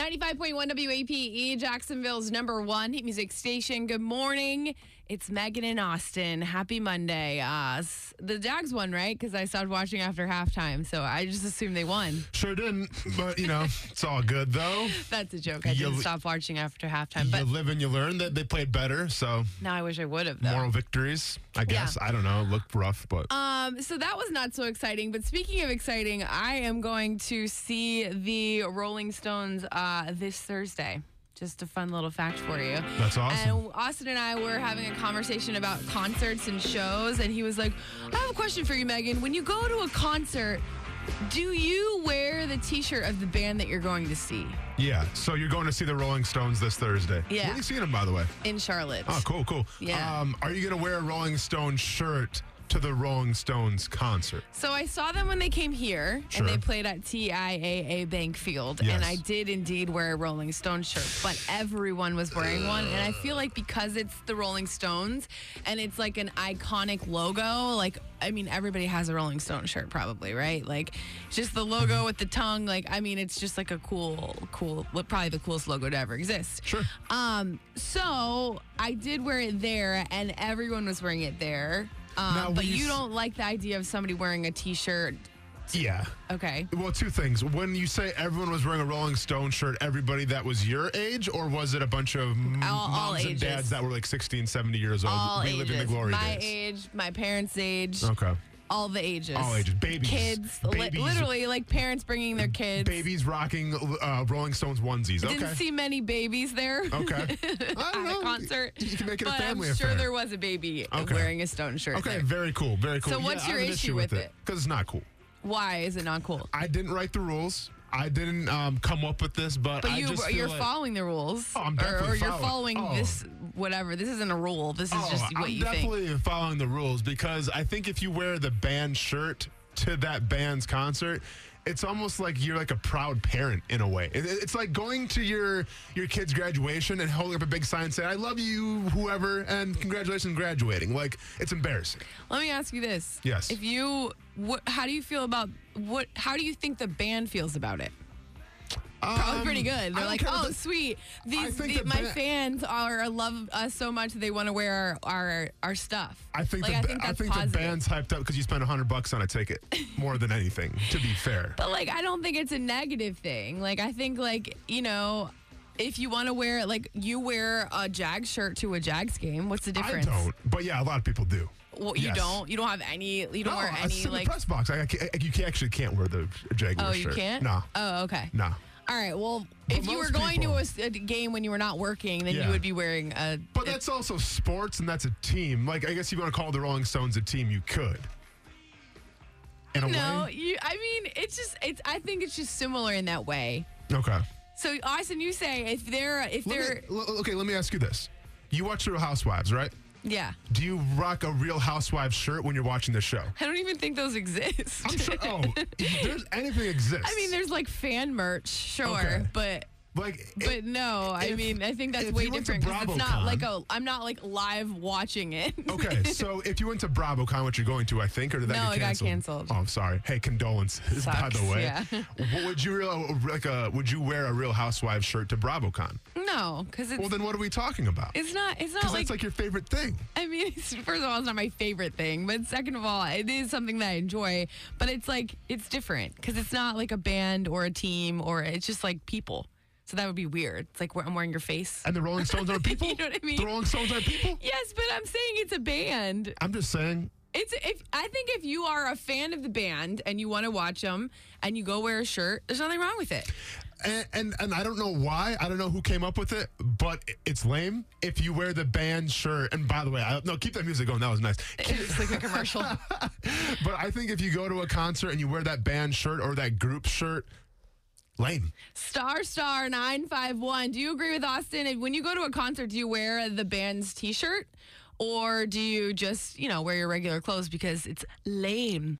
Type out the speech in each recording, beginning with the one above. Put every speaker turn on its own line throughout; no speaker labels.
95.1 WAPE, E, Jacksonville's number one hit music station. Good morning. It's Megan and Austin. Happy Monday. Uh, s- the Jags won, right? Because I stopped watching after halftime, so I just assumed they won.
Sure didn't, but you know, it's all good though.
That's a joke. I
You-
didn't stop watching after halftime,
You
but
live and you learn that they played better, so
now I wish I would have, though.
moral victories, I guess. I don't know. It looked rough, but
Um, so that was not so exciting. But speaking of exciting, I am going to see the Rolling Stones uh, this Thursday. Just a fun little fact for you.
That's awesome.
And Austin and I were having a conversation about concerts and shows, and he was like, "I have a question for you, Megan. When you go to a concert, do you wear the T-shirt of the band that you're going to see
yeah. So you're going to see the Rolling Stones this Thursday.
Yeah.
When are you seeing them, by the way?
in Charlotte?"
Oh, cool, cool.
Yeah.
Um, are you going to wear a Rolling Stone shirt to the Rolling Stones concert?
So I saw them when they came here,
Sure.
and they played at TIAA Bank Field, and
Yes.
I did indeed wear a Rolling Stone shirt, but everyone was wearing one, and I feel like because it's the Rolling Stones, and it's like an iconic logo, like I mean everybody has a Rolling Stone shirt probably, right? Like just the
Mm-hmm.
logo with the tongue, like I mean it's just like a cool, cool, probably the coolest logo to ever exist.
Sure.
Um, so I did wear it there, and everyone was wearing it there. Um,
Now,
but
when you
you
s-
don't like the idea of somebody wearing a T-shirt.
Yeah.
Okay.
Well, two things. When you say everyone was wearing a Rolling Stone shirt, everybody that was your age, or was it a bunch of m-
All- all
moms
ages.
and dads that were like 16, 70 years old,
All
reliving
ages.
the glory
my
days?
age, my parents' age,
Okay.
all the ages.
All ages. Babies.
Kids. li-
Babies.
literally, like parents bringing their kids.
Babies rocking uh, Rolling Stones onesies.
Didn't
okay.
see many babies there.
okay. I
At
don't
a
know.
concert,
You can make it
but
a family
I'm sure
affair.
there was a baby
Okay.
wearing a stone shirt.
Okay,
there.
very cool. Very cool.
So what's your issue with it?
Because it's not cool.
Why is it not cool?
I didn't write the rules. I didn't um, come up with this, but,
But
I
you,
just feel
you're
like-
following the rules,
Oh, I'm
Or- or,
definitely
you're
following-
following
oh.
this whatever. This isn't a rule. This is
Oh,
just what
I'm
you think.
definitely following the rules because I think if you wear the band shirt to that band's concert, it's almost like you're like a proud parent in a way. It- it- It's like going to your your kid's graduation and holding up a big sign saying "I love you, whoever," and congratulations on graduating. Like it's embarrassing.
Let me ask you this.
Yes.
If you, what, how do you feel about what? How do you think the band feels about it? Probably
Um,
pretty good.
I
They're
don't
like,
care what
oh,
the-
sweet. These,
think
the-
the
my
ba-
fans are love us so much they want to wear our, our our stuff.
I think
like,
the,
I
ba-
think that's
the
positive.
band's hyped up because you spent hundred bucks on a ticket more than anything. To be fair,
But like, I don't think it's a negative thing. Like, I think like you know, if you want to wear like you wear a Jag shirt to a Jags game, what's the difference?
I don't. But yeah, a lot of people do.
Well, you
Yes.
don't. You don't have any. You don't
No,
wear
I
any
sit in
like.
the press box. I, I, can't- I- you can't- actually can't wear the Jaguar
oh, you
shirt.
can't.
No,
Oh, okay.
no.
All right. Well,
But
if you were
most
going to
people-
a s- a, game when you were not working, then you
Yeah.
would be wearing a.
But that's also sports, and that's a team. Like I guess if you want to call the Rolling Stones a team, you could. In a
no,
way.
you. I mean, it's just. It's. I think it's just similar in that way.
Okay.
So Austin, you say if they're if
Let
they're
me- l- okay. Let me ask you this: You watch Real Housewives, right?
yeah.
Do you rock a Real Housewives shirt when you're watching the show?
I don't even think those exist.
I'm sure. Oh, if there's anything exists.
I mean, there's like fan merch, sure,
Okay.
but.
like
But no, I
if-
mean, I think that's
if
way
you went to
different. 'cause It's not
BravoCon-
like a. I'm not like live watching it.
Okay, so if you went to BravoCon, which you're going to, I think, or did that
No,
get
it got
canceled?
canceled.
Oh, I'm sorry. Hey, condolences. by
Sucks,
the way,
yeah.
what would you real- like? A, would you wear a Real Housewives shirt to BravoCon?
no, because it's
Well, then what are we talking about?
it's not it's not
Because
like
that's like your favorite thing.
I mean, it's, first of all, it's not my favorite thing, but second of all, it is something that I enjoy. But it's like it's different because it's not like a band or a team or it's just like people. So that would be weird. It's like where I'm wearing your face.
And the Rolling Stones are people.
You know what I mean?
The Rolling Stones are people.
Yes, but I'm saying it's a band.
I'm just saying.
It's if I think if you are a fan of the band and you want to watch them and you go wear a shirt, there's nothing wrong with it.
And, and and I don't know why. I don't know who came up with it, but it's lame if you wear the band shirt. And by the way, I, no, keep that music going. That was nice.
It's like a commercial.
but I think if you go to a concert and you wear that band shirt or that group shirt, Lame.
Star Star 951. Do you agree with Austin? And When you go to a concert, do you wear the band's t shirt or do you just, you know, wear your regular clothes because it's lame?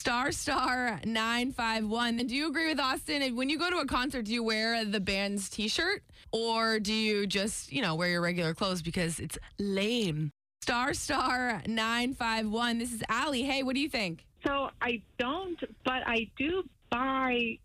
Star Star 951. And do you agree with Austin? And When you go to a concert, do you wear the band's t shirt or do you just, you know, wear your regular clothes because it's lame? Star Star 951. This is Allie. Hey, what do you think?
So I don't, but I do buy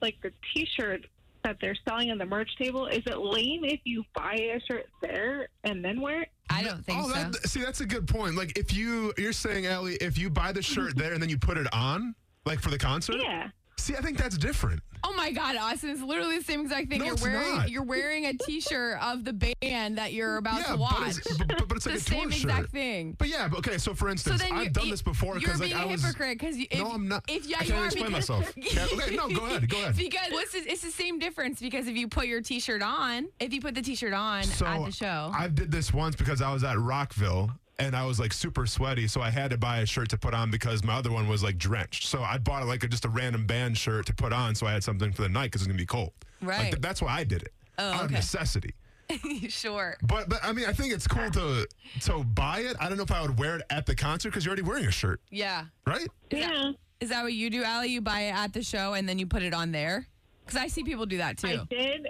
like the T-shirt that they're selling on the merch table. Is it lame if you buy a shirt there and then wear it?
I don't think
oh,
so.
that, see, that's a good point. Like, if you you're saying, Allie, if you buy the shirt there and then you put it on, like for the
Uh,
concert.
Yeah.
See, I think that's different.
Oh my God, Austin! It's literally the same exact thing.
No,
you're
it's
wearing
not.
you're wearing a T-shirt of the band that you're about
yeah,
to Oh, watch.
but it's, but, but- but it's
the
like a
same
tour
exact
shirt.
thing.
But yeah, but okay. So for
So
instance,
then you're,
I've done this before
You're
because like
being
I
a
was.
hypocrite because if,
no, I'm not.
If yeah,
I
you
can't
are
explain
because,
myself. Can't- okay, no, go ahead. Go ahead.
Because what's this- it's the same difference because if you put your T-shirt on, if you put the T-shirt on at the show,
I did this once because I was at Rockville and I was like super sweaty, so I had to buy a shirt to put on because my other one was like drenched. So I bought like a, just a random band shirt to put on, so I had something for the night because it's gonna be cold. Like,
Right.
th- that's why I did it
Oh,
out of
okay.
necessity.
sure.
But but I mean, I think it's cool to to buy it. I don't know if I would wear it at the concert because you're already wearing a shirt,
Yeah.
right?
Yeah.
Is that what you do, Allie? You buy it at the show and then you put it on there? Because I see people do that too.
I did.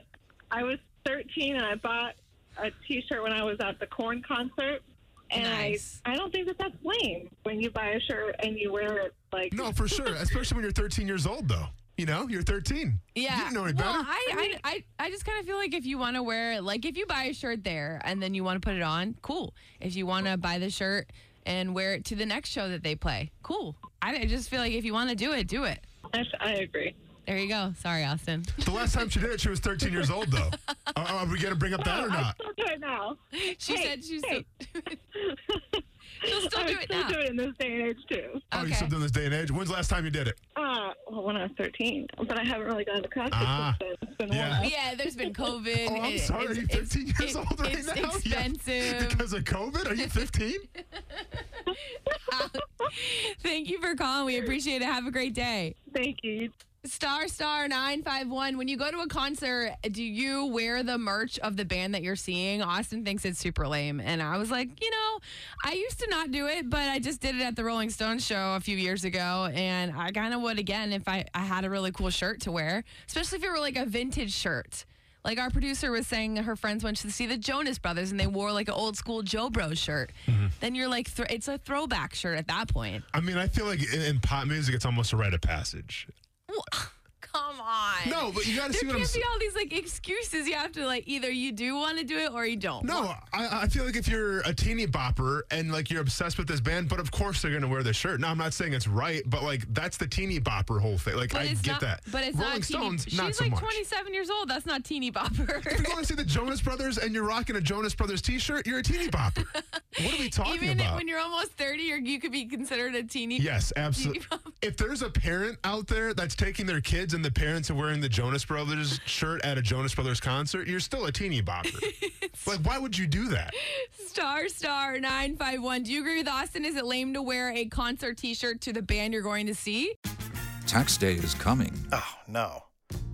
I was 13 and I bought a T-shirt when I was at the Corn concert. And
Nice.
I, I don't think that that's lame when you buy a shirt and you wear it like
No, for sure. Especially when you're 13 years old, though. You know, you're 13.
Yeah.
You didn't know any
well,
better.
I, I, I, I just kind of feel like if you want to wear, like, if you buy a shirt there and then you want to put it on, cool. If you want to buy the shirt and wear it to the next show that they play, cool. I, I just feel like if you want to do it, do it.
I, I agree.
There you go. Sorry, Austin.
The last time she did it, she was 13 years old, though. Are, are we going to bring up that or
I
not?
still do it now.
She
Hey,
said she's
hey.
still, she'll still
I
do
would
it
still
now.
do it in this day and age too.
Oh,
Okay.
you still doing this day and age? When's the last time you did it?
Uh, well, when I was 13, but I haven't really gone to concerts
Ah,
since then. It's been
yeah.
a while.
Yeah, there's been COVID.
Oh, I'm
It-
sorry. Are
it's-
you
it's-
15
it-
years old right
it's
now? Yeah.
expensive.
Because of COVID? Are you 15?
Thank you for calling. We appreciate it. Have a great day.
Thank you.
Star Star 951. When you go to a concert, do you wear the merch of the band that you're seeing? Austin thinks it's super lame. And I was like, you know, I used to not do it, but I just did it at the Rolling Stones show a few years ago. And I kind of would again if I, I had a really cool shirt to wear, especially if it were like a vintage shirt. Like our producer was saying, her friends went to see the Jonas Brothers and they wore like an old school Joe Bro shirt. Then you're like, th- it's a throwback shirt at that point.
I mean, I feel like in, in pop music, it's almost a rite of passage.
Come on.
No, but you got to
There
see
can't
what I'm
be
saying.
all these like excuses. You have to like either you do want to do it or you don't.
No, I, I feel like if you're a teeny bopper and like you're obsessed with this band, but of course they're gonna wear this shirt. Now I'm not saying it's right, but like that's the teeny bopper whole thing. Like
but
I
it's
get
not,
that.
But it's
Rolling
not teeny.
Stones,
She's
not so
like
much.
27 years old. That's not teeny
If
bopper.
you're going to see the Jonas Brothers and you're rocking a Jonas Brothers T-shirt, you're a teeny bopper. what are we talking
Even
about?
when you're almost 30, you're, you could be considered a teeny.
Yes, absolutely. If there's a parent out there that's taking their kids and the parents are wearing the Jonas Brothers shirt at a Jonas Brothers concert, you're still a teeny bopper. like, why would you do that?
Star star 951. Do you agree with Austin? Is it lame to wear a concert T-shirt to the band you're going to see?
Tax day is coming.
Oh, no.